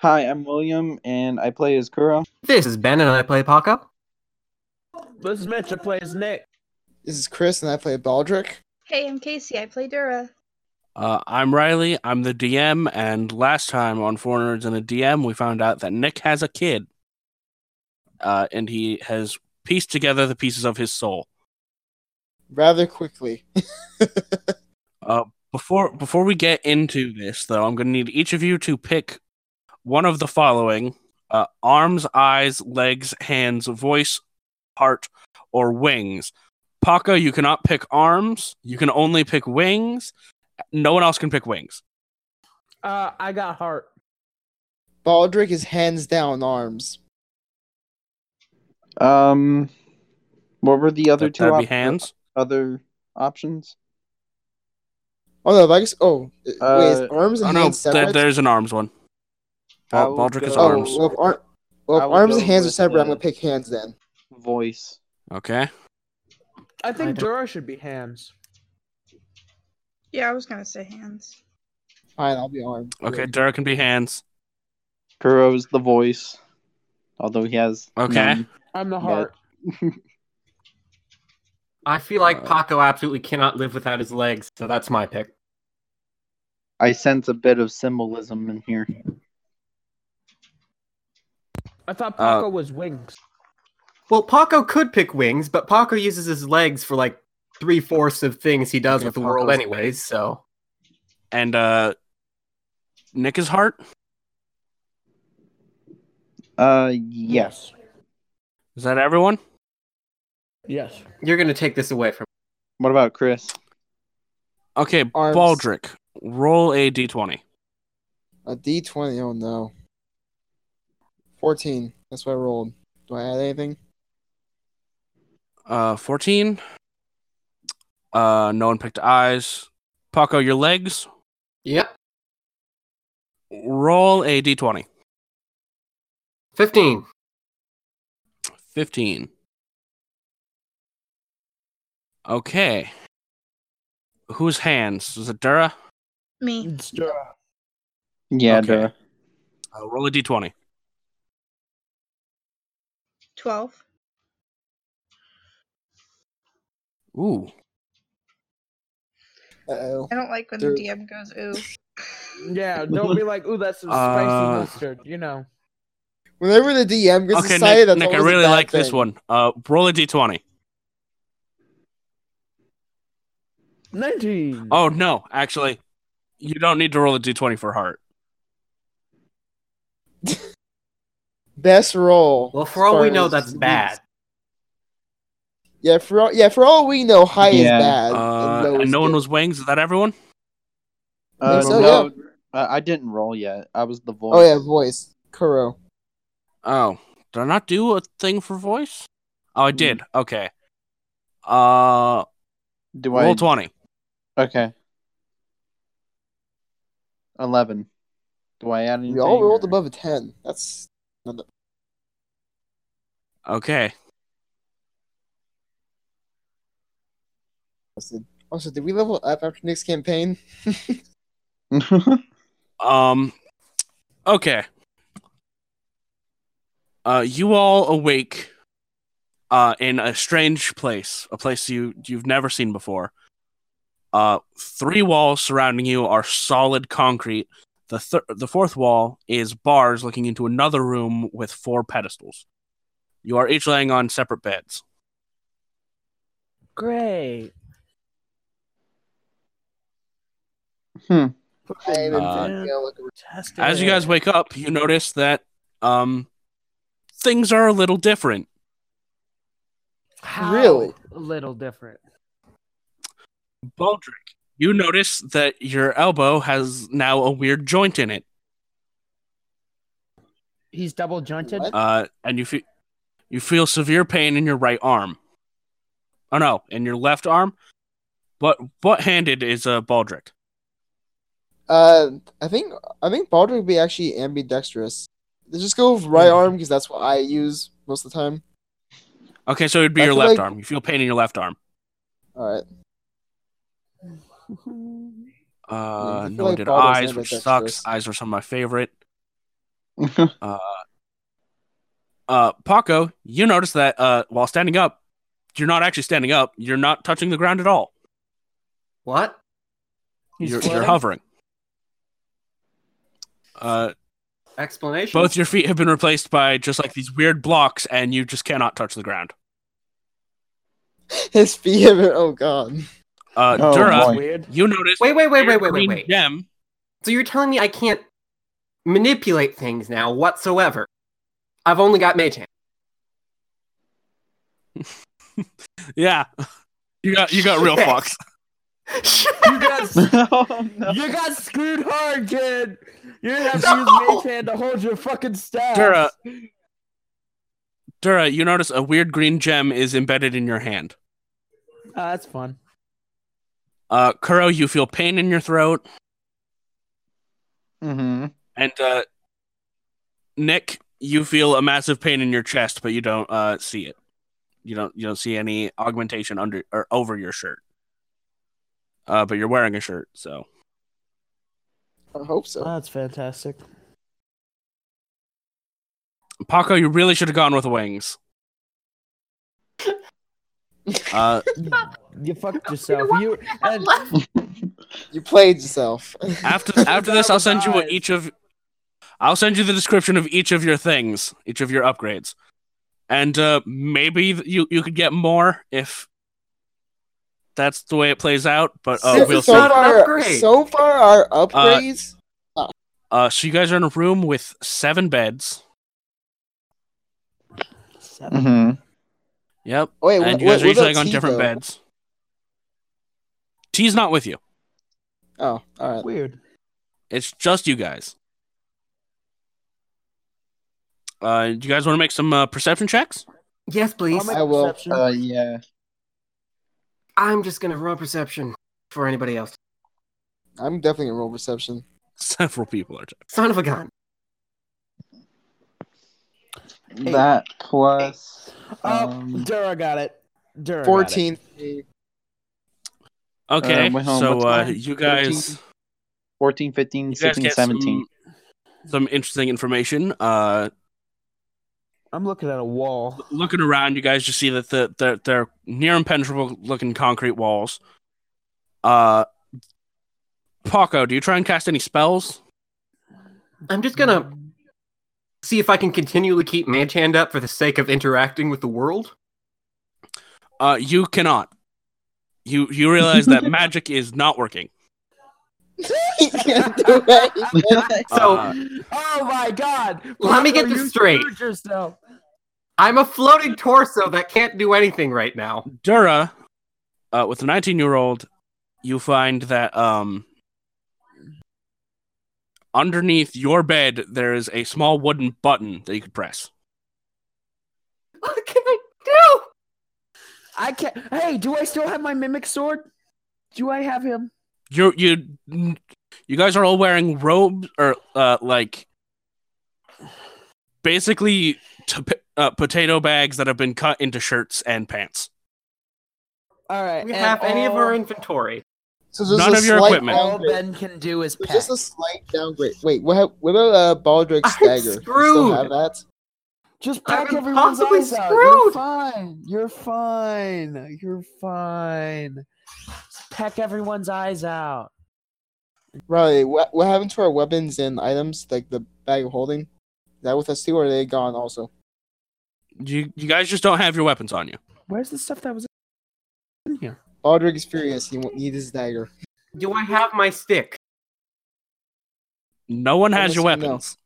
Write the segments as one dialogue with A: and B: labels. A: Hi, I'm William, and I play as Kuro.
B: This is Ben, and I play Paco.
C: This is Mitch. I play as Nick.
D: This is Chris, and I play Baldric.
E: Hey, I'm Casey. I play Dura.
F: Uh, I'm Riley. I'm the DM, and last time on Four Nerds and a DM, we found out that Nick has a kid, uh, and he has pieced together the pieces of his soul.
D: Rather quickly.
F: Uh, before before we get into this, though, I'm going to need each of you to pick one of the following: uh, arms, eyes, legs, hands, voice, heart, or wings. Paco, you cannot pick arms. You can only pick wings. No one else can pick wings.
C: Uh, I got heart.
D: Baldric is hands down arms.
A: Um, what were the other
F: That-
A: two
F: that'd be
A: op-
F: hands.
A: other options?
D: Oh no, Vikes. Oh, uh, wait,
A: Uh,
D: is arms and
F: Oh no,
D: hands
F: th-
D: separate?
F: there's an arms one.
A: I
F: Bal-
A: would
F: Baldric is
A: go-
D: oh,
F: arms.
D: well, if, ar- well,
A: I
D: if
A: would
D: arms and
A: go
D: hands are
A: with,
D: separate. I'm
A: uh,
D: gonna pick hands then.
A: Voice.
F: Okay.
B: I
C: I think
B: don't-
C: Dura should be hands.
E: Yeah, I was gonna say hands.
D: Fine, I'll be armed.
F: Okay. Dura can be hands.
A: Kuro's the voice, although he has
F: Okay.
A: none.
C: I'm the
A: But-
C: heart.
B: I feel like
F: Uh,
B: Paco absolutely cannot live without his legs, so that's my pick.
A: I sense a bit of symbolism in here.
C: I thought
F: Uh,
C: Paco was wings.
B: Well, Paco could pick wings, but Paco uses his legs for like three fourths of things he does
F: Okay,
B: with the world,
F: Paco's-
B: anyways. So
F: And uh, Nick is heart.
A: Uh, yes.
F: Is that everyone?
C: Yes.
B: you're gonna take this away from.
A: What about Chris?
F: Okay.
D: Arms.
F: Baldric, roll a d20.
D: A D twenty. Oh no. Fourteen. That's what I rolled. Do I add anything?
F: Uh, 14. Uh, no one picked eyes. Paco, your legs.
B: Yep,
F: Roll a d20.
B: fifteen.
F: 15. Okay. Whose hands? Is it Dura?
E: Me.
C: It's Dura.
A: Yeah,
F: Okay.
A: duh.
F: Uh, roll a d20.
E: Twelve.
F: Ooh.
D: Uh oh.
E: I don't like when
D: There-
E: the DM goes ooh.
C: Yeah, don't be like, ooh, that's some
F: Uh,
C: spicy mustard. You know.
D: Whenever the DM gets
F: Okay,
D: excited,
F: Nick,
D: that's
F: Nick I
D: always a
F: really
D: bad
F: like this
D: thing.
F: one. Uh, roll a d20.
C: 19.
F: Oh, no, actually, you don't need to roll a d20 for heart.
D: Best roll.
B: Well, for all we
D: Spurs
B: know, that's
D: leads.
B: bad.
D: Yeah, for all, yeah, for all we know, high
A: Yeah.
D: is bad.
F: Uh,
D: low
F: and
D: is
F: no one
D: good.
F: was wings. Is that everyone?
A: Uh,
D: so,
A: no, uh, I didn't roll yet. I was the voice.
D: Oh yeah, voice. Kuro.
F: Oh, did I not do a thing for voice? Oh,
D: Hmm.
F: I did. Okay. Uh,
A: Do I?
F: roll twenty.
A: Okay. Eleven. Do I add anything?
D: We all rolled
A: or-
D: above a ten. That's
F: Okay.
D: busted. Also, did we level up after Nick's campaign?
F: Um. Okay. Uh, you all awake. Uh, in a strange place, a place you you've never seen before. Uh, three walls surrounding you are solid concrete. The thir- the fourth wall is bars looking into another room with four pedestals. You are each laying on separate beds.
C: Great.
A: Hmm.
D: I am in
F: Uh,
D: fact gonna look at-
C: Fantastic.
F: As you guys wake up, you notice that um things are a little different.
C: How
D: Really?
C: A little different.
F: Baldric, you notice that your elbow has now a weird joint in it.
C: He's double jointed.
D: What?
F: Uh and you feel you feel severe pain in your right arm. Oh no, in your left arm. But what handed is uh Baldric?
D: Uh, I think I think Baldric would be actually ambidextrous. Let's just go with right
F: Hmm.
D: arm because that's what I use most of the time.
F: Okay, so it'd be
D: I
F: your
D: feel
F: left
D: like-
F: arm. You feel pain in your left arm.
D: All right.
F: Uh
D: I feel
F: no
D: like
F: one did
D: Baldric's
F: eyes, which
D: ambidextrous.
F: sucks. Eyes were some of my favorite. Uh, Paco, you notice that uh, while standing up, you're not actually standing up. You're not touching the ground at all.
B: What?
C: He's
F: You're, you're
C: floating?
F: hovering. Uh,
B: Explanation.
F: both your feet have been replaced by just like these weird blocks, and you just cannot touch the ground.
D: His feet have been- oh god.
F: Uh,
A: Oh,
F: Dura,
A: boy.
C: Weird.
F: you notice
B: Wait, wait, wait,
F: your
B: wait, wait, wait,
F: green
B: wait.
F: gem.
B: So you're telling me I can't manipulate things now whatsoever? I've only got mage hand.
F: Yeah, you got you got real
B: Shit.
F: fucked.
C: You got,
A: oh, no.
C: you got screwed hard, Jed. You're gonna have to use mage hand to hold your fucking staff.
F: Dura. Dura, you notice a weird green gem is embedded in your hand.
C: Ah, that's fun.
F: Uh, Kuro, you feel pain in your throat,
A: hmm
F: and uh, Nick, you feel a massive pain in your chest, but you don't uh, see it. You don't you don't see any augmentation under or over your shirt. Uh, but you're wearing a shirt, so
D: I hope so.
C: Ah, that's fantastic.
F: Paco, you really should have gone with wings. uh,
C: You fucked yourself. You and
D: You played yourself.
F: after after this, I'll send you what each of. I'll send you the description of each of your things, each of your upgrades, and uh, maybe th- you you could get more if that's the way it plays out. But uh,
D: So-
F: we'll
D: so,
F: see.
B: not an
D: far,
B: upgrade.
D: so far, our upgrades.
F: Uh, so you guys are in a room with seven beds.
G: Mm-hmm.
F: Mm-hmm.
A: hmm
F: Yep,
D: oh, wait,
F: and
D: what,
F: you guys
D: what,
F: are
D: what
F: each
D: about
F: like on
D: T,
F: different
D: though?
F: beds. T's not with you.
D: Oh, all right.
C: weird.
F: It's just you guys. Uh, do you guys want to make some uh, perception checks?
B: Yes, please.
C: I'll make
D: I will,
C: perception.
A: Uh, yeah.
B: I'm just gonna roll perception for anybody else.
D: I'm definitely gonna roll reception.
F: Several people are.
B: Son of a gun.
A: That plus.
C: oh,
A: Um,
C: Dura got it. Dura. got it.
D: Fourteen.
F: Okay,
A: Uh, wait, hold on,
F: so
A: what's
F: uh,
A: mine?
F: you guys,
A: 14, 15,
F: you guys
A: 16,
F: get
A: 17.
F: Some, some interesting information. Uh,
C: I'm looking at a wall.
F: looking around, you guys just see that the, the they're near impenetrable looking concrete walls. Uh, Paco, do you try and cast any spells?
B: I'm just gonna see if I can continually keep mage hand up for the sake of interacting with the world.
F: Uh, you cannot. You you realize that magic is not working.
D: he can't do it.
B: So
F: Uh,
C: Oh my god!
B: Let me get
C: Parker,
B: this
C: you
B: straight.
C: screwed Yourself.
B: I'm a floating torso that can't do anything right now.
F: Dura, uh, with the 19 year old, you find that um, underneath your bed there is a small wooden button that you could press.
B: What can I do?
C: I can't. Hey, do I still have my mimic sword? Do I have him?
F: You you you guys are all wearing robes or uh, like basically to, uh, potato bags that have been cut into shirts and pants.
C: All right.
B: We
C: and
B: have any of
C: all-
B: our inventory.
D: So there's
F: None
D: a
F: of your
D: slight
F: equipment.
C: All
D: downgrade.
C: Ben can do is
D: There's
C: pack.
D: just a slight downgrade. Wait, what, hap- what about uh, Baldrick's
B: I'm
D: dagger? You still
B: screwed.
D: have that?
C: Just
B: I'm
C: pack everyone's
B: impossibly
C: eyes out. You're
B: screwed.
C: fine. You're fine. You're fine. Just pack everyone's eyes out.
D: Riley, what, what happened to our weapons and items, like the bag of holding? Is that with us too, or are they gone also?
F: You you guys just don't have your weapons on you.
C: Where's the stuff that was in here?
D: Baldrick is furious. He won't need his dagger.
B: Do I have my stick?
F: No one
D: Unless
F: has your
D: you know.
F: weapons.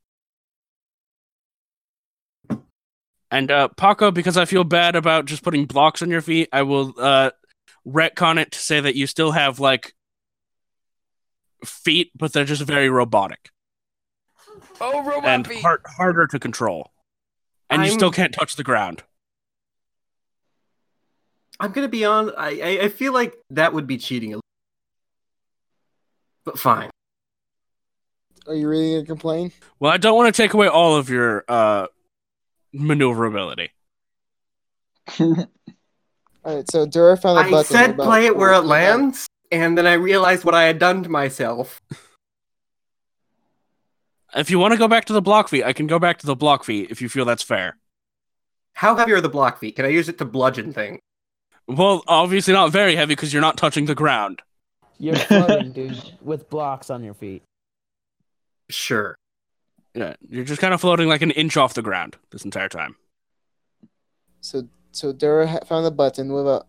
F: And uh, Paco, because I feel bad about just putting blocks on your feet, I will uh, retcon it to say that you still have like feet, but they're just very robotic
C: Oh, robot
F: and har- harder to control. And you
B: I'm-
F: still can't touch the ground.
B: I'm gonna be on. I, I I feel like that would be cheating a little. But fine.
D: Are you really gonna complain?
F: Well, I don't want to take away all of your uh, maneuverability.
D: All right, so Dura found a button.
B: I said
D: about-
B: play it where it lands, and then I realized what I had done to myself.
F: If you want to go back to the block feet, I can go back to the block feet if you feel that's fair.
B: How heavy are the block feet? Can I use it to bludgeon things?
F: Well, obviously not very heavy because you're not touching the ground.
C: You're floating, dude, with blocks on your feet.
B: Sure.
F: Yeah, you're just kind of floating like an inch off the ground this entire time.
D: So so Dara ha- found the button without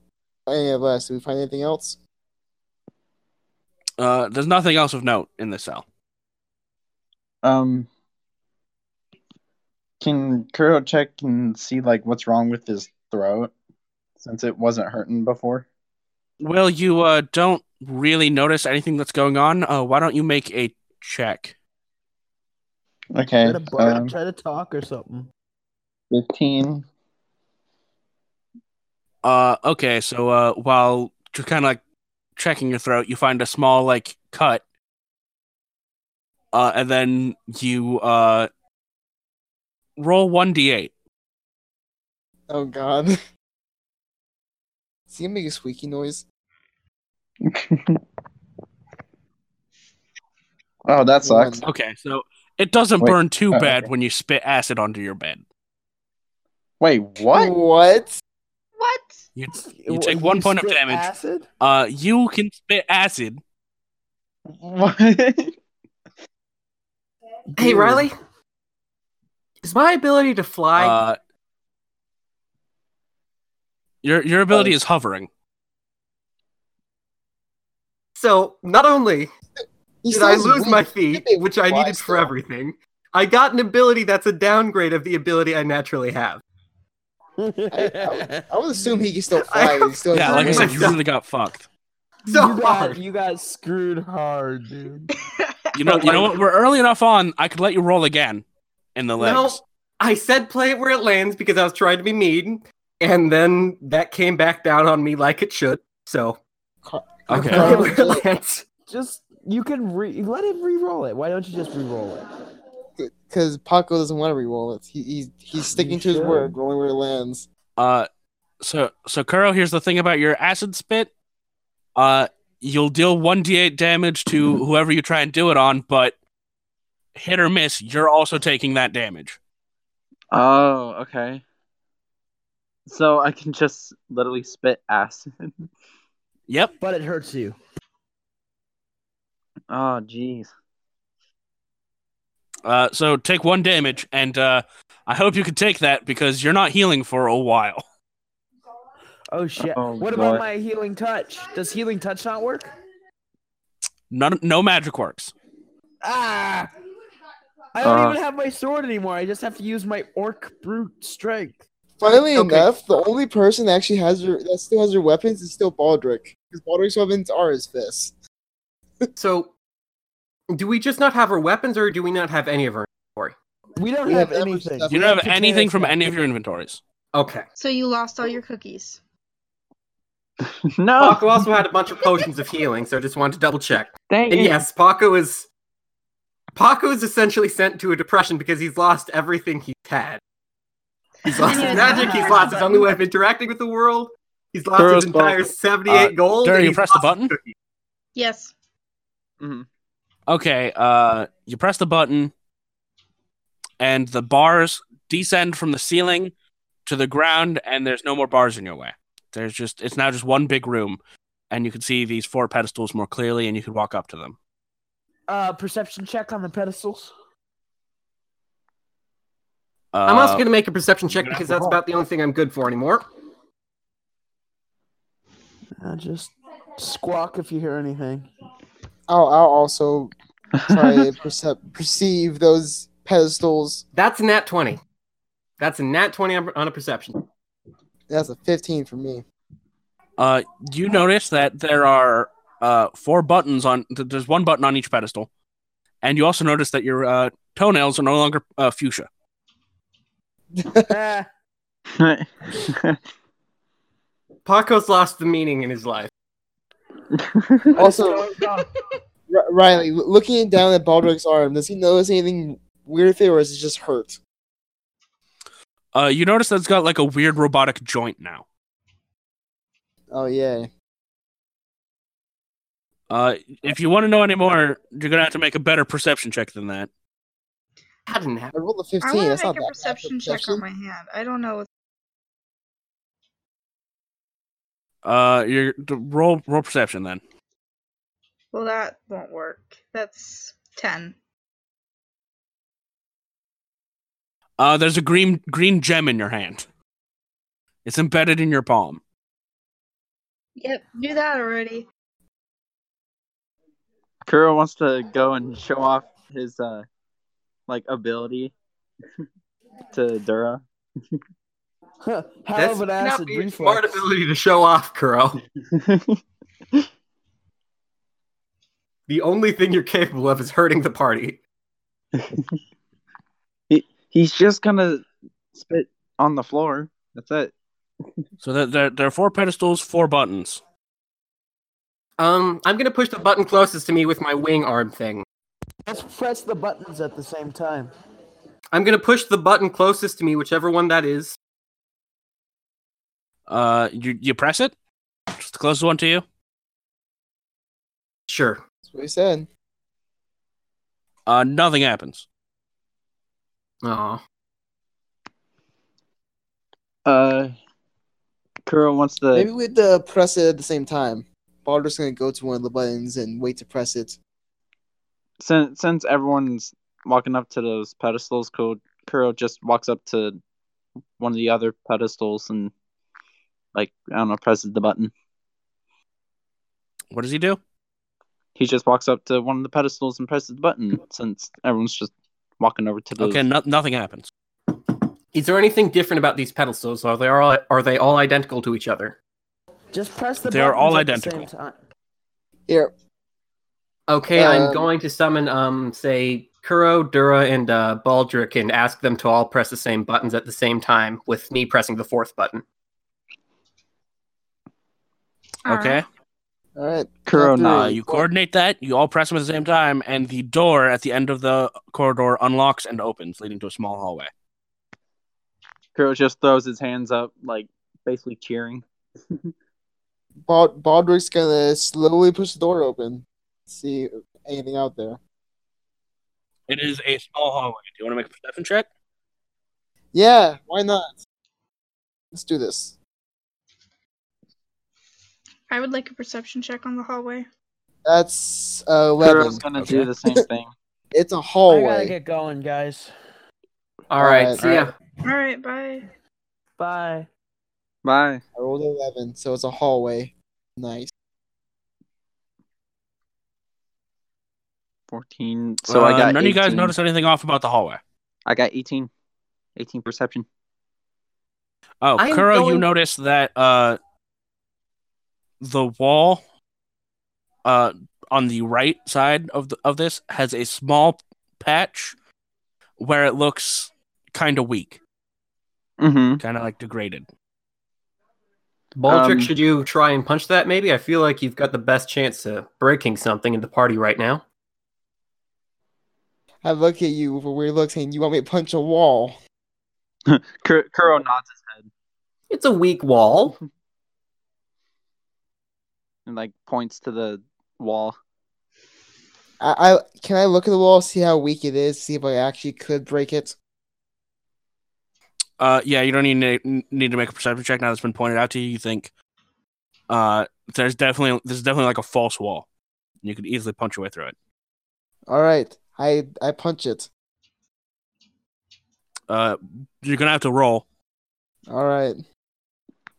D: any of us. Did we find anything else?
F: Uh, there's nothing else of note in this cell.
A: Um, can Kuro check and see like what's wrong with his throat since it wasn't hurting before?
F: Well, you uh, don't really notice anything that's going on. Uh, why don't you make a check?
A: Okay, um,
C: try to talk or something.
A: fifteen.
F: Uh, okay, so uh, while just kind of like checking your throat, you find a small like cut, uh, and then you uh, roll one d8.
D: Oh God. Is he gonna make a squeaky noise?
A: oh, that sucks.
F: Okay, so it doesn't
A: Wait.
F: burn too
A: Oh,
F: bad
A: okay.
F: when you spit acid onto your bed.
A: Wait, what?
D: What?
E: What?
F: You, you take one point of
C: spit
F: damage.
C: Acid?
F: Uh, you can spit acid.
A: What?
B: Hey, Riley. Is my ability to fly?
F: Uh, your your ability is hovering.
B: so not only
D: He
B: did
D: still
B: I
D: has
B: lose
D: wings.
B: my feet,
D: Maybe
B: which I
D: fly
B: needed for
D: still.
B: everything, I got an ability that's a downgrade of the ability I naturally have.
D: I would assume he can still fly. He still
F: Yeah,
D: has
F: like I
D: wings.
F: said, you really got fucked.
B: So
C: you,
B: hard.
C: got, you got screwed hard, dude.
F: You know, you know what? We're early enough on. I could let you roll again in the legs.
B: No, I said play it where it lands because I was trying to be mean, and then that came back down on me like it should. So
F: okay.
B: play it where it lands.
C: Just you can re let him re-roll it. Why don't you just re-roll it?
D: because Paco doesn't want to re-roll it. He, he's
B: Ah,
D: he's sticking to his
C: should.
D: word, rolling where it lands.
F: Uh, so so Kuro, here's the thing about your acid spit. Uh, you'll deal one d8 damage to whoever you try and do it on, but hit or miss, you're also taking that damage.
A: Oh, okay. So I can just literally spit acid.
F: Yep.
C: But it hurts you.
A: Oh, jeez.
F: Uh, so take one damage, and uh, I hope you can take that because you're not healing for a while.
C: Oh shit.
A: Oh,
C: what about
A: God.
C: my healing touch? Does healing touch not work?
F: None, no magic works.
C: Ah! I don't
A: Uh.
C: even have my sword anymore. I just have to use my orc brute strength.
D: Funnily
B: Okay.
D: enough, the only person that actually has her, that still has her weapons is still Baldric. Because Baldric's weapons are his fists.
B: So, do we just not have our weapons, or do we not have any of our?
C: We don't
D: We have
C: have,
D: that much
C: anything.
D: stuff.
F: You
D: We
F: don't
D: have
F: have anything from
C: potatoes.
F: any of your inventories.
B: Okay.
E: So you lost all your cookies.
A: No.
B: Paco also had a bunch of potions of healing, so I just wanted to double check.
A: Dang
B: And yes, Paco is Paco is essentially sent to a depression because he's lost everything he's had. He's lost his
E: Anyways,
B: magic. He's lost his only way of interacting with the world. He's lost his
A: Kuro's
B: entire
A: button.
B: seventy-eight
F: Uh,
B: gold.
F: Dara,
B: and
F: you
B: he's
F: press the
B: lost his
F: button?
B: cookies.
E: Yes.
F: Okay, uh, you press the button, and the bars descend from the ceiling to the ground, and there's no more bars in your way. There's just it's now just one big room, and you can see these four pedestals more clearly, and you can walk up to them.
C: Uh, perception check on the pedestals.
F: Uh,
B: I'm also going to make a perception check
F: You're gonna
B: because
F: have to
B: that's about the only thing I'm good for anymore.
C: Uh, just squawk if you hear anything.
D: I'll, I'll also try to percep- perceive those pedestals.
B: That's a nat twenty. That's a nat twenty on on a perception.
D: That's a 15 for me.
F: uh, you notice that there are uh four buttons on. th- There's one button on each pedestal, and you also notice that your uh, toenails are no longer uh, fuchsia.
C: Ah,
B: Paco's lost the meaning in his life.
D: Also, R- Riley, l- looking down at Baldric's arm, does he notice anything weird there, or is it just hurt?
F: Uh, you notice that it's got like a weird robotic joint now.
D: Oh, yeah.
F: Uh, if you want to know any more, you're gonna have to make a better perception check than that.
B: had an app.
D: I rolled a
E: I
D: 15.
E: want
D: That's
E: to
D: not
E: make a
D: that
E: perception
D: bad. for
E: check on my hand. I don't know. What...
F: Uh, you're d- roll roll perception then.
E: Well, that won't work. That's ten.
F: Uh, there's a green green gem in your hand. It's embedded in your palm.
E: Yep, knew that already.
G: Kuro wants to go and show off his uh like ability to Dura.
C: Huh, Hell
B: That's
C: of an
B: not
C: acid
B: be a smart
C: reflex.
B: ability to show off, Kuro. The only thing you're capable of is hurting the party.
G: He's just gonna spit on the floor. That's it.
F: So there, there, there are four pedestals, four buttons.
B: Um, I'm gonna push the button closest to me with my wing arm thing.
C: Let's press the buttons at the same time.
B: I'm gonna push the button closest to me, whichever one that is.
F: Uh, you you press it. Just the closest one to you.
B: Sure.
D: That's what he said.
F: Uh, nothing happens.
B: Oh,
G: Uh Kuro wants to
D: Maybe we'd uh, press it at the same time. Baldur's gonna go to one of the buttons and wait to press it.
G: since since everyone's walking up to those pedestals, Kuro, Kuro just walks up to one of the other pedestals and like I don't know, presses the button.
F: What does he do?
G: He just walks up to one of the pedestals and presses the button since everyone's just walking over to the
F: Okay, no, nothing happens.
B: is there anything different about these pedestals? Are they all are they all identical to each other?
C: Just press the
F: They
C: buttons
F: are all
C: at
F: identical.
C: the same time.
D: Here,
B: Okay, I'm
D: Um,
B: going to summon um say Kuro, Dura, and uh, Baldric, and ask them to all press the same buttons at the same time, with me pressing the fourth button.
F: okay.
D: all right.
G: Kuro
D: Count three.
F: Uh, you coordinate that. You all press them at the same time, and the door at the end of the corridor unlocks and opens, leading to a small hallway.
G: Kuro just throws his hands up, like basically cheering.
D: Bald- Baldur's gonna slowly push the door open. See if anything out there.
F: It is a small hallway. Do you want to make a perception check?
D: Yeah, why not? Let's do this.
E: I would like a perception check on the hallway.
D: That's uh,
G: Kuro's
D: eleven.
G: gonna
F: Okay.
G: do the same thing.
D: It's a
C: I gotta
D: hallway.
C: get going, guys.
B: All right.
D: Alright,
B: so yeah,
E: All right, bye.
C: Bye.
G: Bye.
D: I rolled eleven, so it's a hallway. Nice.
G: Fourteen. So I
F: Uh,
G: got.
F: none of you guys
G: 18.
F: notice anything off about the hallway.
G: I got 18. 18 perception.
F: Oh,
B: I am
F: Kuro, you
B: going-
F: notice that uh, the wall uh, on the right side of the, of this has a small patch where it looks kind of weak,
G: Mm-hmm.
F: kind of like degraded.
B: Baldric,
G: Um,
B: should you try and punch that? Maybe I feel like you've got the best chance of breaking something in the party right now.
D: I look at you with a weird look, saying, "You want me to punch a wall?"
G: Kuro nods his head
B: It's a weak wall.
D: Mm-hmm.
G: and like points to the wall.
D: I, I can I look at the wall, see how weak it is, see if I actually could break it.
F: Uh, yeah, you don't need to, need to make a perception check now that's been pointed out to you. You think uh, there's definitely there's definitely like a false wall. You could easily punch your way through it.
D: All right, I I punch it.
F: Uh, you're gonna have to roll.
D: All right.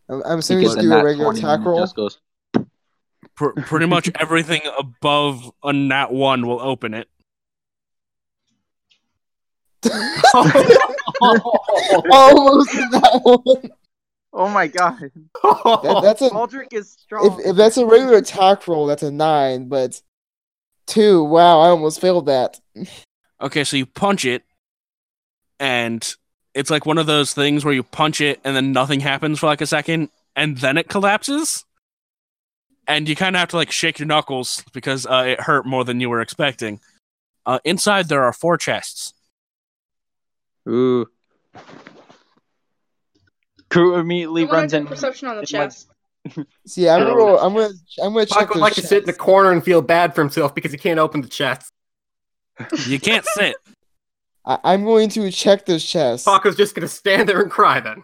D: I'm, I'm
G: He
D: assuming just
G: gets a
D: do a
G: nat
D: regular
G: 20 and
D: attack
G: he
D: roll.
G: just goes,
F: Pr- pretty much everything above a nat one will open it.
D: Almost in that one.
G: oh my god.
D: That, that's a
G: Baldric is strong.
D: if, if that's a regular attack roll, that's a nine. But two, wow, I almost failed that.
F: Okay, so you punch it, and it's like one of those things where you punch it and then nothing happens for like a second, and then it collapses, and you kind of have to like shake your knuckles because uh, it hurt more than you were expecting. Uh, inside there are four chests.
G: Ooh. Kuro immediately
E: I want
G: runs
E: to do
G: in.
E: perception on the
G: It went-
E: chest.
D: See, I'm gonna
G: Um,
D: roll. I'm gonna I'm gonna check
B: Pac would
D: those
B: like to sit in the
D: chests.
B: corner and feel bad for himself because he can't open the chest.
F: You can't sit.
D: I- I'm going to check this chest.
B: Paco's just gonna stand there and cry then.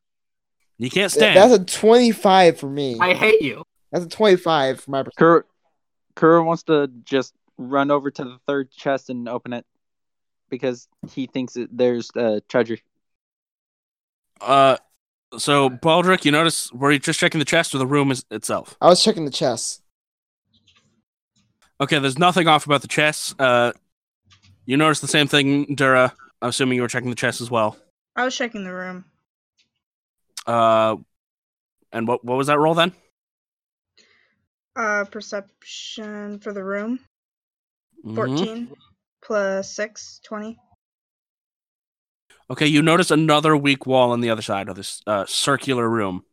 F: You can't
D: Th-
F: stand.
D: That's a 25 for me.
B: I hate you.
D: That's a 25 for my.
G: Kuro, Kuro wants to just run over to the third chest and open it because he thinks that there's a treasure.
F: Uh, so Baldric, you notice were you just checking the chest or the room is, itself?
D: I was checking the chest.
F: Okay, there's nothing off about the chest. Uh, you notice the same thing, Dura. I'm assuming you were checking the chest as well.
E: I was checking the room.
F: Uh, and what what was that roll then?
E: Uh, perception for the room
D: Mm-hmm.
F: Mhm.
E: 14 plus 6, 20.
F: Okay, you notice another weak wall on the other side of this uh, circular room.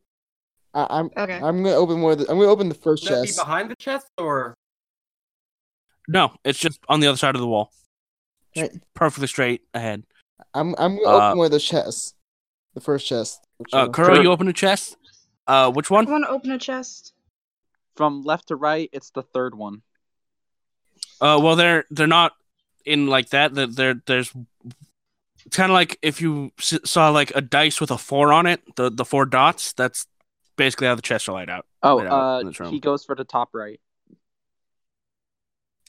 D: I- I'm
E: Okay.
D: I'm gonna open one. Of the- I'm gonna open the first
B: Should that be
D: chest.
B: behind the chest or
F: No, it's just on the other side of the wall.
D: Right.
F: Perfectly straight ahead.
D: I'm I'm gonna
F: Uh,
D: open one of those chests. The first chest.
F: Uh,
D: Whichever.
F: Kuro, you open a chest. Uh, which
E: I
F: one?
E: want to open a chest.
G: From left to right, it's the third one.
F: Uh, well, they're they're not in like that. They're, they're there's it's kind of like if you s- saw like a dice with a four on it, the the four dots. That's basically how the chests are laid out.
G: Oh,
F: Wait, out in
G: uh,
F: this room.
G: he goes for the top right.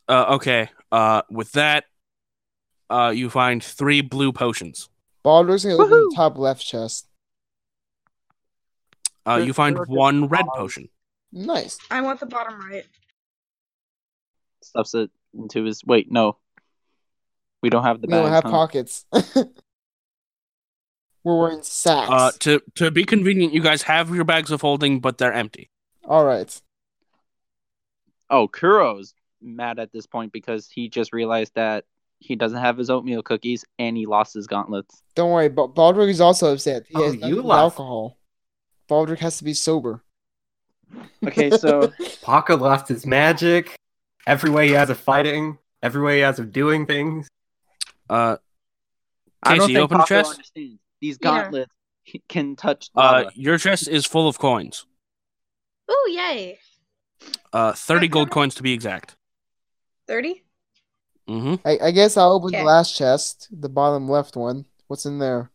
F: Uh, okay. Uh, with that, uh, you find three blue potions.
D: Baldur's gonna open the
G: Woohoo!
D: top left chest.
F: Uh,
G: There-
F: you find
G: there are just
F: one red
G: five.
F: potion.
D: Nice.
E: I want the bottom right.
G: Stuffs it into his. Wait, no. We don't have the
D: we don't
G: bags,
D: have
G: huh?
D: pockets. We're wearing sacks.
F: Uh, to to be convenient, you guys have your bags of holding, but they're empty.
D: All right.
G: Oh, Kuro's mad at this point because he just realized that he doesn't have his oatmeal cookies and he lost his gauntlets.
D: Don't worry. Ba- Baldric is also upset. He
B: Oh,
D: has
B: you
D: nothing but
B: laugh.
D: alcohol. Baldric has to be sober.
G: Okay, so
B: Paco lost his magic? Every way he has of fighting, every way he has of doing things.
F: Uh,
G: I don't
F: Casey, you
G: think
F: open a
G: Paco
F: chest.
G: understands. These
E: Yeah.
G: gauntlets he- can touch
F: Uh,
G: lava.
F: your chest is full of coins.
E: Ooh, yay.
F: Uh, thirty
E: That's
F: gold
E: alright.
F: coins to be exact.
E: 30?
F: Mm-hmm.
D: I, I guess I'll open
E: Okay.
D: the last chest, the bottom left one. What's in there?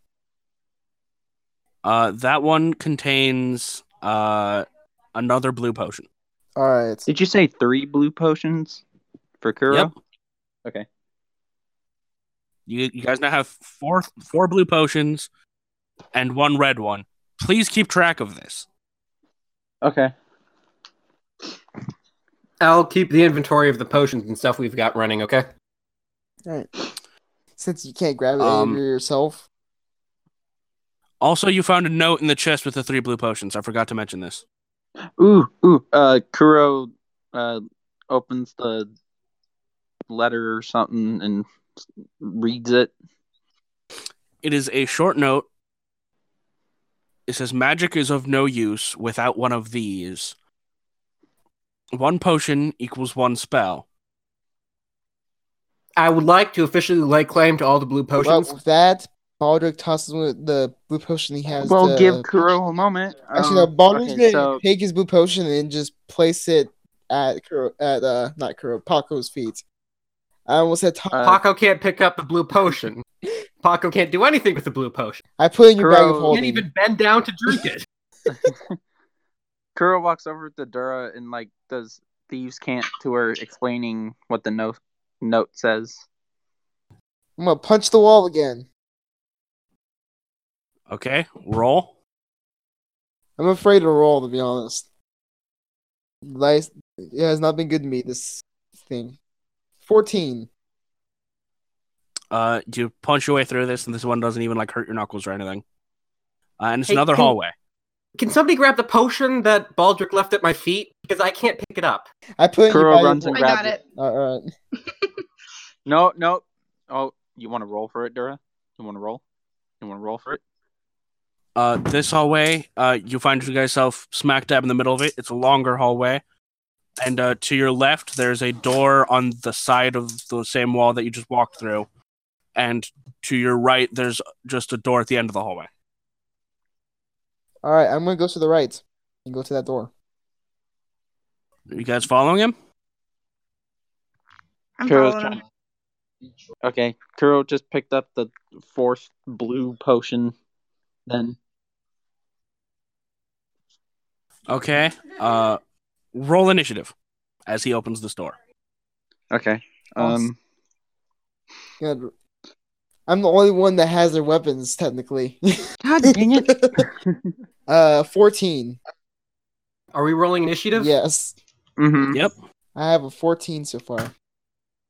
F: Uh, that one contains uh another blue potion.
D: All right.
G: Did you say three blue potions for Kuro?
F: Yep.
G: Okay.
F: You you guys now have four four blue potions and one red one. Please keep track of this.
G: Okay.
B: I'll keep the inventory of the potions and stuff we've got running, okay?
D: All right. Since you can't grab it
F: Um,
D: over yourself,
F: Also, you found a note in the chest with the three blue potions. I forgot to mention this.
G: Ooh, ooh. Uh, Kuro uh, opens the letter or something and s- reads it.
F: It is a short note. It says magic is of no use without one of these. One potion equals one spell.
B: I would like to officially lay claim to all the blue
D: well,
B: potions.
D: with that, Baldric tosses one of the blue potion he has.
G: Well,
D: to-
G: give Kuro a moment.
D: uh, Actually, no,
G: Um,
D: Baldric's
G: okay,
D: gonna
G: so
D: take his blue potion and just place it at Kuro, at uh, not Kuro, Paco's feet. I almost said Taco.
G: uh,
B: Paco can't pick up the blue potion. Paco can't do anything with the blue potion.
D: I put in your bag
G: Kuro-
B: He
D: of
B: can't
D: holding.
B: even bend down to drink it.
G: Kuro walks over to Dura and like does thieves can't to her, explaining what the note note says.
D: I'm gonna punch the wall again.
F: Okay, roll.
D: I'm afraid to roll, to be honest. Life, it has not been good to me. This thing, fourteen.
F: Uh, you punch your way through this, and this one doesn't even like hurt your knuckles or anything. Uh, and it's
B: Hey,
F: another
B: can-
F: hallway.
B: Can somebody grab the potion that Baldric left at my feet? Because I can't pick it up.
D: I put in your
G: Kuro
D: bag
G: runs
D: of
G: and
E: I
G: grabs
D: holding.
E: got
G: it.
E: it.
D: All right.
G: No, no. Oh, you want to roll for it, Dura? You want to roll? You want to roll for it?
F: Uh, this hallway, uh, you find yourself smack dab in the middle of it. It's a longer hallway, and uh, to your left, there's a door on the side of the same wall that you just walked through, and to your right, there's just a door at the end of the hallway.
D: All right. I'm gonna go to the right and go to that door.
F: you guys following him?
E: I'm
G: Kuro's
E: following him.
G: trying- Okay, Kuro just picked up the fourth blue potion. Then
F: Okay. Uh, roll initiative as he opens this door.
G: okay, um,
D: God. I'm the only one that has their weapons, technically.
G: God dang it!
D: uh, 14.
B: Are we rolling initiative?
D: Yes.
G: hmm
F: Yep.
D: I have a 14 so far.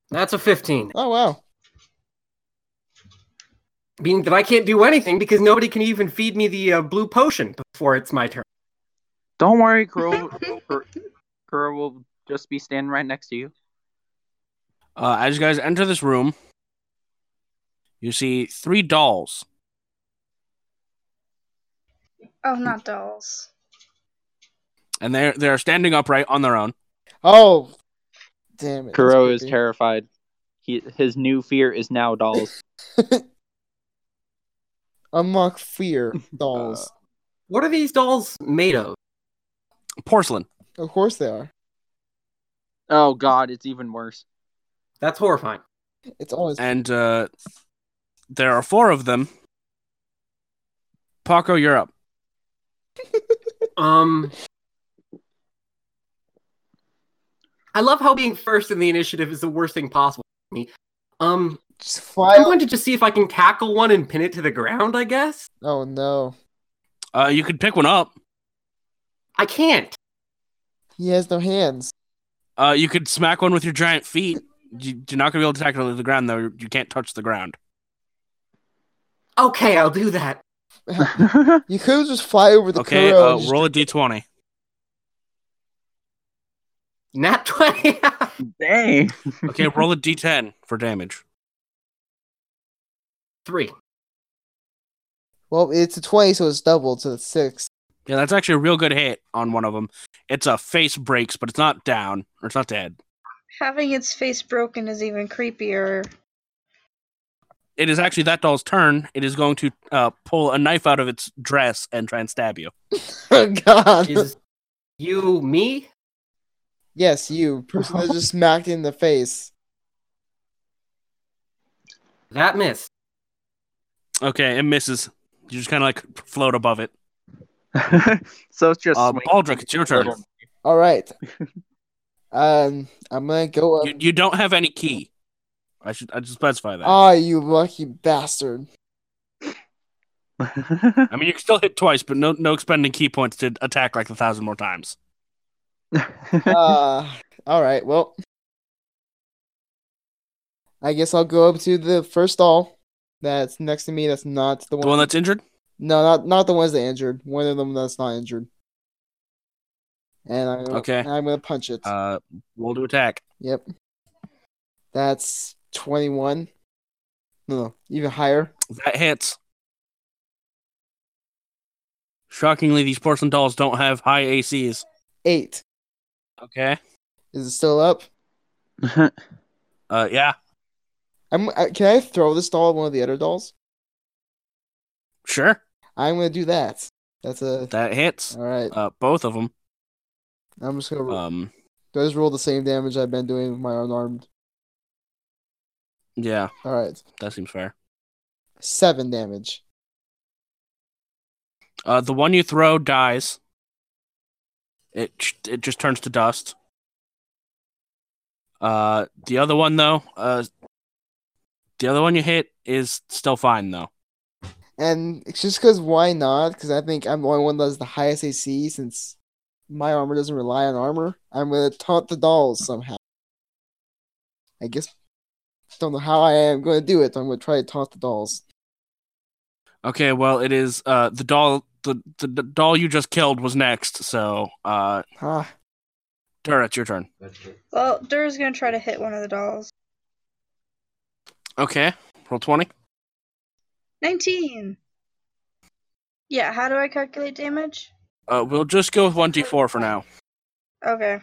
B: That's a 15.
D: Oh, wow.
B: Meaning that I can't do anything because nobody can even feed me the uh, blue potion before it's my turn.
G: Don't worry, Kuro. Kuro- Kuro will just be standing right next to you.
F: Uh, as you guys enter this room, you see three dolls.
E: Oh, not dolls.
F: And they're they're standing upright on their own.
D: Oh, damn it. that's
G: Kuro is
D: creepy.
G: terrified. He his new fear is now dolls.
D: Unlock fear dolls.
B: What are these dolls made of?
F: Porcelain.
D: of course they are.
G: oh God, it's even worse.
B: That's horrifying.
D: It's always.
F: And uh, there are four of them. Paco, you're up.
B: Um, I love how being first in the initiative is the worst thing possible for me. Um,
D: Just
B: I'm
D: fly.
B: going to just see if I can tackle one and pin it to the ground. I guess
D: Oh, no.
F: Uh, you could pick one up.
B: I can't.
D: He has no hands.
F: Uh, you could smack one with your giant feet. You, you're not gonna be able to tackle it to the ground though. You can't touch the ground.
B: Okay, I'll do that.
D: You could just fly over the
F: okay.
D: Kuro.
F: Uh,
D: and just-
F: roll a d20.
B: Nat twenty.
G: Dang.
F: Okay, roll a d10 for damage.
B: Three.
D: Well, it's a 20, so it's double to the 6.
F: Yeah, that's actually a real good hit on one of them. It's a face breaks, but it's not down or it's not dead.
E: Having its face broken is even creepier.
F: It is actually that doll's turn. It is going to uh, pull a knife out of its dress and try and stab you.
D: Oh, God.
B: Is you me?
D: Yes, you. Person that just smacked in the face.
B: That missed.
F: Okay, it misses. You just kind of like float above it.
G: so it's just
F: Uh,
G: swing.
F: Baldrick, it's your turn.
D: All right. um, I'm gonna go up.
F: You, you don't have any key. I should I should specify that.
D: Ah, you lucky bastard!
F: I mean, you can still hit twice, but no no expending key points to attack like a thousand more times.
D: uh, all right. Well, I guess I'll go up to the first doll that's next to me. That's not the one.
F: The one that's injured.
D: no, not not the ones that injured. One of them that's not injured. And I'm gonna,
F: Okay.
D: and I'm gonna punch it.
F: Uh, roll to attack.
D: yep. That's twenty-one. No, no, even higher.
F: That hits. Shockingly, these porcelain dolls don't have high ACs.
D: Eight.
F: Okay.
D: Is it still up?
F: Uh, yeah,
D: I'm. I, can I throw this doll at one of the other dolls?
F: sure.
D: I'm gonna do that. That's a
F: That hits.
D: all right.
F: Uh, both of them.
D: I'm just gonna. ro-
F: Um,
D: do I just roll the same damage I've been doing with my unarmed?
F: yeah,
D: All right,
F: that seems fair.
D: seven damage.
F: Uh, the one you throw dies. It it just turns to dust. Uh, the other one though, uh, the other one you hit is still fine though.
D: And it's just because why not? Because I think I'm the only one that has the highest AC since my armor doesn't rely on armor. I'm gonna taunt the dolls somehow. I guess don't know how I am gonna do it. I'm gonna try to taunt the dolls.
F: Okay, well it is uh the doll the the, the doll you just killed was next. So uh,
D: Ah,
F: Dura, it's your turn.
E: Well, Dura's gonna try to hit one of the dolls.
F: Okay, roll twenty.
E: 19! Yeah, how do I calculate damage?
F: Uh, we'll just go with one d four for now,
E: Okay.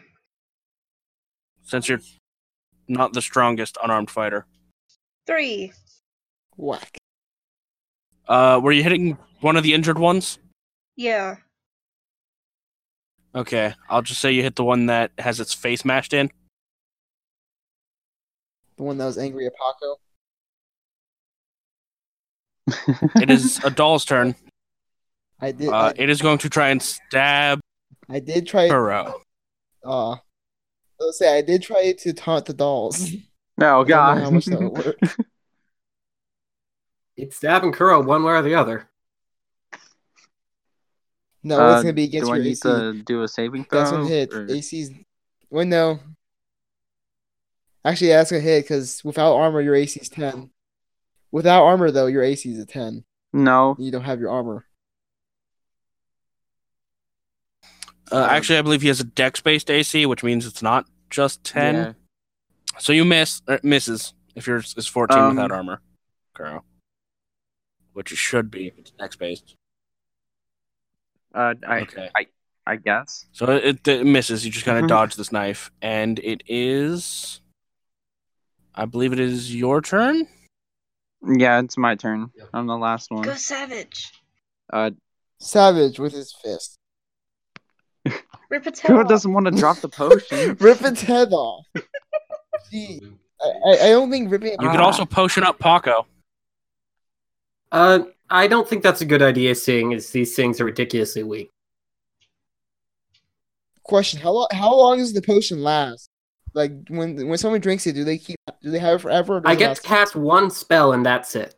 F: since you're not the strongest unarmed fighter.
E: Three.
D: whack.
F: Uh, were you hitting one of the injured ones?
E: Yeah.
F: Okay, I'll just say you hit the one that has its face mashed in.
D: The The one that was angry at Paco.
F: It is a doll's turn.
D: I did.
F: Uh,
D: I,
F: it is going to try and stab
D: I did try.
F: Burrow.
D: Uh, let's say I did try to taunt the dolls.
G: Oh
D: I don't know
G: god.
D: how much that would work.
B: It's stabbing Kuro one way or the other.
D: No,
G: Uh,
D: it's gonna be against
G: Do I
D: your
G: need
D: AC.
G: to do a saving throw?
D: That's gonna hit.
G: or-
D: AC's. Well, no. Actually, that's gonna hit because without armor, your AC's ten. Without armor, though, your AC's a ten.
G: No.
D: You don't have your armor.
F: Uh, actually, I believe he has a dex based AC, which means it's not just 10.
G: Yeah.
F: So you miss or misses if yours is 14
G: Um,
F: without armor, Kuro. Which it should be if it's dex based.
G: Uh, I,
F: Okay.
G: I, I guess.
F: So it, it misses. You just kind of
G: Mhm.
F: dodge this knife, and it is. I believe it is your turn.
G: Yeah, it's my turn. I'm the last one.
E: Go savage.
G: Uh,
D: Savage with his fist.
E: Rip its head
G: Kuro
E: off.
G: doesn't want to drop the potion.
D: Rip its head off. Gee, I, I, I don't think ripping.
F: You could
G: Ah.
F: also potion up Paco.
B: Uh, I don't think that's a good idea. Seeing as these things are ridiculously weak.
D: Question: How long? How long does the potion last? Like when when someone drinks it, do they keep? Do they have it forever? Or does
B: I
D: it
B: get
D: last-
B: to cast one spell and that's it.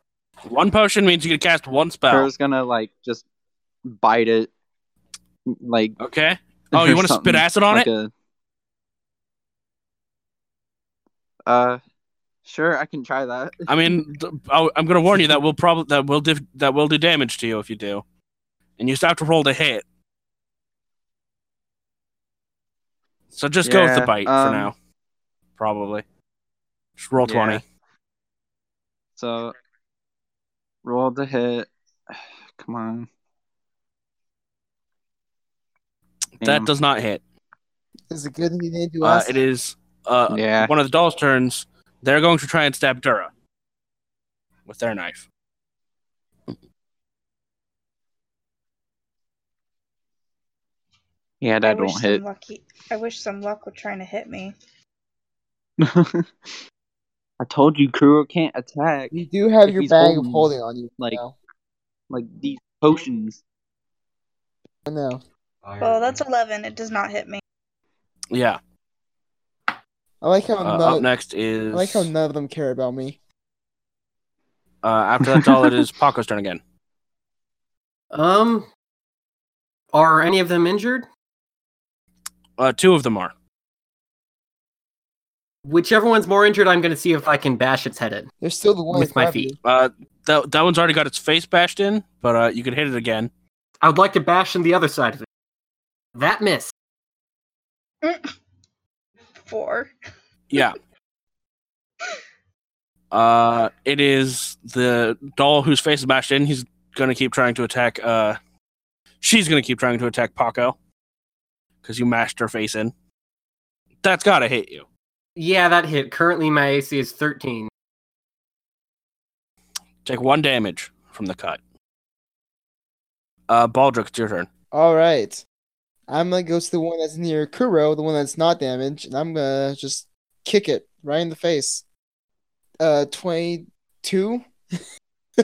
F: One potion means you can cast one spell.
G: Kuro's gonna like just bite it, like.
F: Okay. Oh, you
G: or
F: want to spit
G: something,
F: acid on
G: like
F: it?
G: a- Uh, sure, I can try that.
F: I mean, th- I- I'm going to warn you that will probably that will dif- that will do damage to you if you do, and you still have to roll to hit. So just go with the
G: Yeah,
F: bite
G: um,
F: for now, probably. Just roll
G: Yeah.
F: twenty.
G: So, roll to hit. Come on.
F: That
G: Damn.
F: does not hit.
D: Is it good that he didn't do
F: Uh,
D: us?
F: it is uh,
G: Yeah.
F: one of the doll's turns. They're going to try and stab Dura with their knife.
G: Yeah,
E: I
G: that
E: wish
G: won't
E: some
G: hit.
E: Lucky, I wish some luck were trying to hit me.
G: I told you, Kuro can't attack
D: You do have
G: if
D: your
G: he's
D: bag
G: holding,
D: of holding on you.
G: like-
D: now.
G: like these potions.
D: I know.
E: Well, that's 11. It does not hit me.
F: Yeah.
D: I like how
F: Uh, up
D: none.
F: next
D: I
F: is
D: like how none of them care about me.
F: uh, after that doll. It is Paco's turn again.
B: Um, are any of them injured?
F: Uh, two of them are.
B: Whichever one's more injured, I'm going to see if I can bash its head in.
D: They're still the ones
B: With my
D: grabbing
B: feet.
D: you.
F: Uh, that that one's already got its face bashed in, but uh, you could hit it again.
B: I would like to bash in the other side of it. That miss.
E: Four.
F: Yeah. Uh, it is the doll whose face is bashed in. He's gonna keep trying to attack. Uh, she's gonna keep trying to attack Paco because you mashed her face in. That's gotta hit you.
B: Yeah, that hit. Currently, my AC is 13.
F: Take one damage from the cut. Uh, Baldrick, it's your turn.
D: All right. I'm gonna go to the one that's near Kuro, the one that's not damaged, and I'm gonna just kick it right in the face. Uh, twenty-two.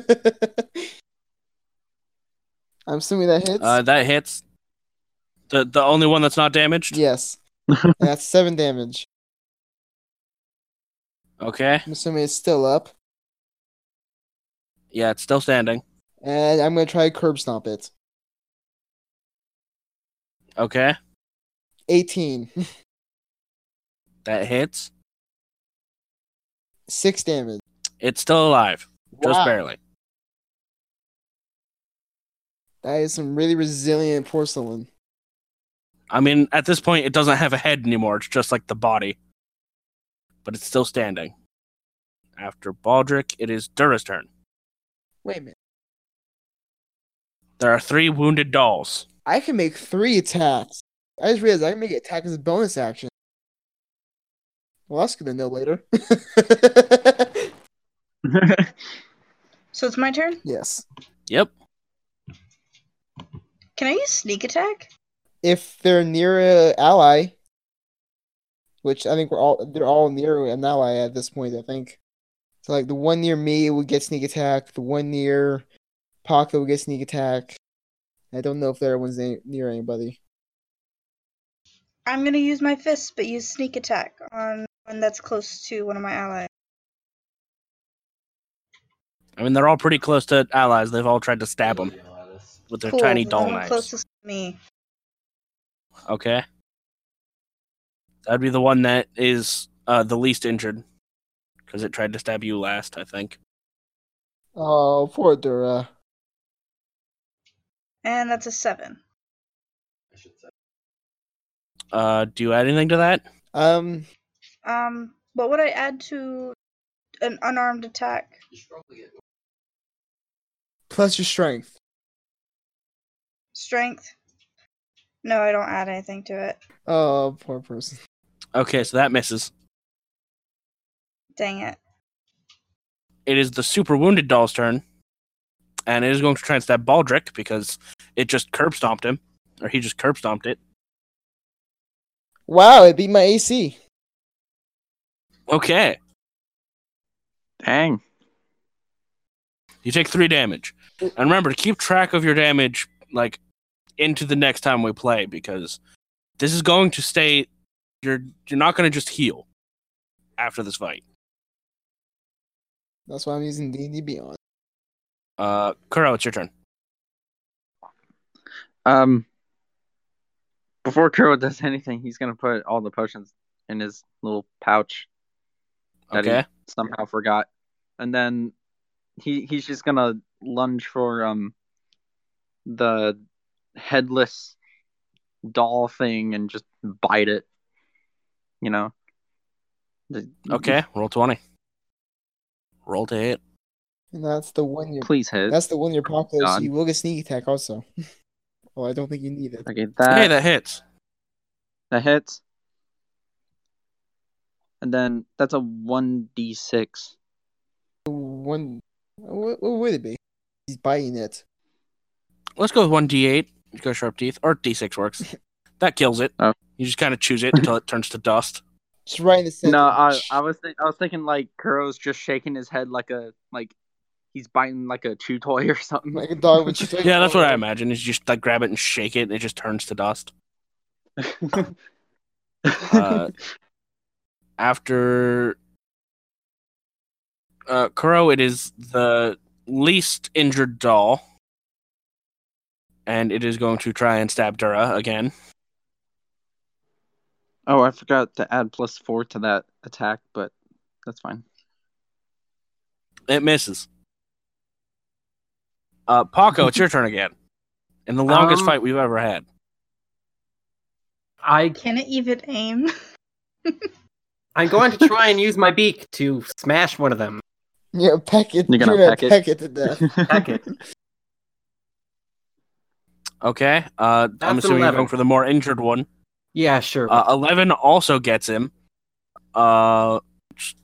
D: I'm assuming that hits.
F: Uh, that hits. The the only one that's not damaged.
D: yes. And that's seven damage.
F: Okay.
D: I'm assuming it's still up,
F: Yeah, it's still standing.
D: and I'm gonna try curb stomp it.
F: Okay.
D: Eighteen.
F: That hits.
D: Six damage.
F: It's still alive, just
D: Wow.
F: barely.
D: That is some really resilient porcelain.
F: I mean, at this point, it doesn't have a head anymore. It's just like the body, but it's still standing. After Baldric, it is Dura's turn.
D: Wait a minute.
F: There are three wounded dolls.
D: I can make three attacks. I just realized I can make attack as a bonus action. Well, that's gonna know later.
E: So it's my turn.
D: yes.
F: Yep.
E: Can I use sneak attack?
D: If they're near a ally, which I think we're all they're all near an ally at this point. I think so. Like the one near me would get sneak attack. The one near Paco would get sneak attack. I don't know if there one's na- near anybody.
E: I'm gonna use my fist, but use sneak attack on one that's close to one of my allies.
F: I mean, they're all pretty close to allies. They've all tried to stab them with their
E: Cool,
F: tiny
E: the
F: dull
E: one
F: knives.
E: Closest to me.
F: Okay. That'd be the one that is uh, the least injured because it tried to stab you last, I think.
D: Oh, poor Dura.
E: And that's a seven.
F: Uh, do you add anything to that?
D: Um,
E: Um, what would I add to an unarmed attack?
D: plus your strength.
E: Strength? No, I don't add anything to it.
D: Oh, poor person.
F: Okay, so that misses.
E: Dang it.
F: It is the super wounded doll's turn, and it is going to try and stab Baldric because it just curb stomped him, or he just curb stomped it.
D: Wow, it beat my AC.
F: Okay,
G: Dang.
F: you take three damage, and remember to keep track of your damage like into the next time we play because this is going to stay. You're you're not going to just heal after this fight.
D: That's why I'm using D and D Beyond.
F: Uh, Kuro, it's your turn.
G: Um, before Kuro does anything, he's gonna put all the potions in his little pouch that
F: Okay.
G: he somehow forgot, and then he he's just gonna lunge for um the headless doll thing and just bite it. You know. The-
F: Okay, roll twenty. Roll to hit.
D: And that's the one year.
G: Please hit.
D: That's the one year Paco. So
G: God.
D: you will get sneak attack also. well, I don't think you need it.
G: okay, that
F: hey, that hits.
G: That hits. And then that's a 1d6.
D: One. What, what would it be? He's biting it.
F: Let's go with one d8. You go sharp teeth or d6 works. That kills it.
G: Oh.
F: You just kind of choose it until it turns to dust.
D: Just right in the center.
G: No, I, I was think I was thinking like Kuro's just shaking his head like a like he's biting like a chew toy or something.
D: like a dog with you.
F: Yeah, that's what I imagine. Is you just like grab it and shake it, and it just turns to dust. Uh, after uh, Kuro, it is the least injured doll, and it is going to try and stab Dura again.
G: oh, I forgot to add plus four to that attack, but that's fine.
F: It misses. Uh, Paco, it's your turn again. In the longest
B: Um,
F: fight we've ever had.
B: I
E: Can it even aim?
B: I'm going to try and use my beak to smash one of them.
D: Yeah, peck it.
G: You're gonna peck it?
D: to death.
B: Heck it.
F: Okay. Uh, I'm
B: That's
F: assuming you're
B: 11.
F: going for the more injured one.
B: Yeah, sure.
F: Uh, 11 also gets him. Uh, just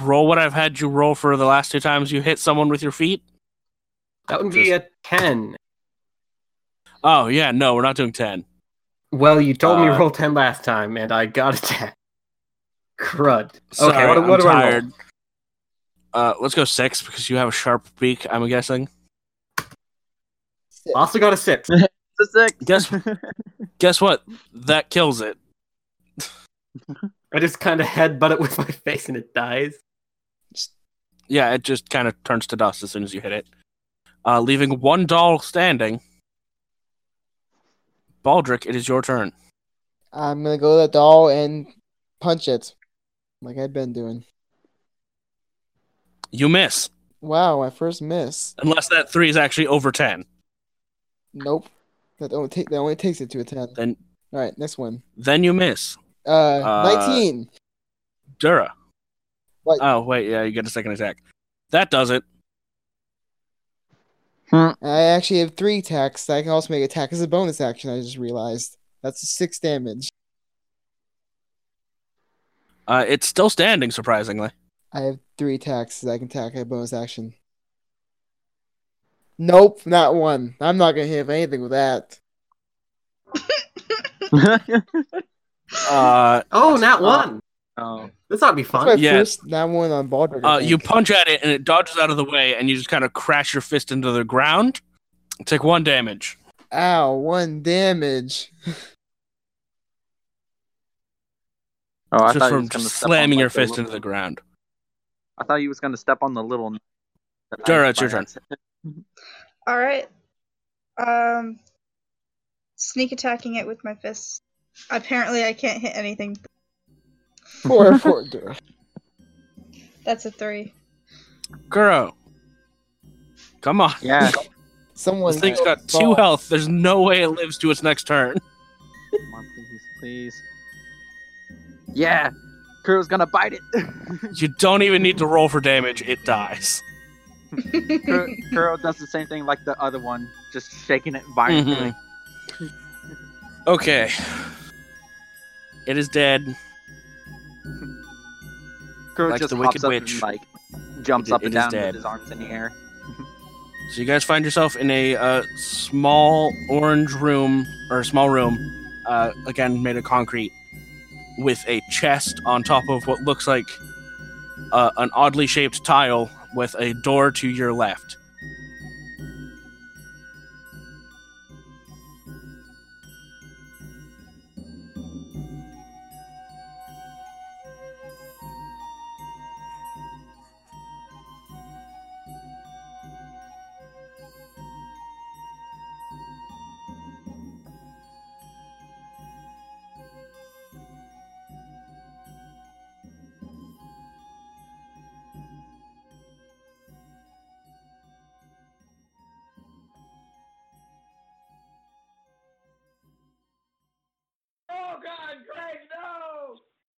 F: roll what I've had you roll for the last two times you hit someone with your feet.
B: that would be a ten.
F: Oh, yeah. No, we're not doing 10.
B: Well, you told me
F: Uh,
B: roll ten last time, and I got a ten. Crud.
F: Sorry,
B: what-
F: I'm
B: what do I roll?
F: tired. uh, let's go 6 because you have a sharp beak, I'm guessing.
B: Also got a six.
G: It's a six.
F: Guess, guess what? That kills it.
B: I just kind of headbutt it with my face, and it dies.
F: Yeah, it just kind of turns to dust as soon as you hit it, uh, leaving one doll standing. Baldric, it is your turn.
D: I'm gonna go to the doll and punch it, like I've been doing.
F: You miss,
D: Wow, my first miss.
F: unless that three is actually over ten.
D: Nope. That only take that only takes it to a ten. All
F: Then,
D: right, next one.
F: then you miss.
D: Uh,
F: Uh,
D: nineteen.
F: Dura.
D: What?
F: Oh wait, yeah, you get a second attack. That does it.
D: I actually have three attacks. I can also make attack as a bonus action. I just realized that's six damage.
F: Uh, it's still standing, surprisingly.
D: I have three attacks. that I can attack as a bonus action. Nope, not one. I'm not gonna hit anything with that.
F: Uh,
B: Oh, not one.
G: Oh,
B: This ought to be fun.
D: That's my
F: Yeah.
D: first that one on Baldrick. I
F: uh, you
D: think.
F: punch at it and it dodges out of the way, and you just kind of crash your fist into the ground. Take one damage.
D: Ow, one damage.
G: oh I
F: just
G: thought he
F: from
G: was gonna
F: just
G: step on,
F: slamming
G: like,
F: your
G: the
F: fist
G: little-
F: into the ground.
G: I thought he was gonna step on the little. kn- that I
F: Dara, it's your
G: by
F: turn.
G: accident-
E: All right. Um, sneak attacking it with my fists. Apparently, I can't hit anything.
D: Four, four.
E: That's a three.
F: Guro, come on.
G: Yeah,
D: Someone.
F: This thing's got two health. There's no way it lives to its next turn.
G: Come on, please, please. Yeah, Kuro's gonna bite it.
F: You don't even need to roll for damage. It dies.
G: Kuro, Kuro does the same thing like the other one, just shaking it violently.
F: Mhm. Okay. It is dead.
G: Kuro
F: Like
G: just
F: the
G: hops
F: Wicked
G: up
F: Witch.
G: and like jumps
F: It-
G: up
F: it
G: and
F: is
G: down
F: dead.
G: with his arms in the air.
F: So you guys find yourself in a uh, small orange room or a small room, uh, again made of concrete, with a chest on top of what looks like uh, an oddly shaped tile with a door to your left.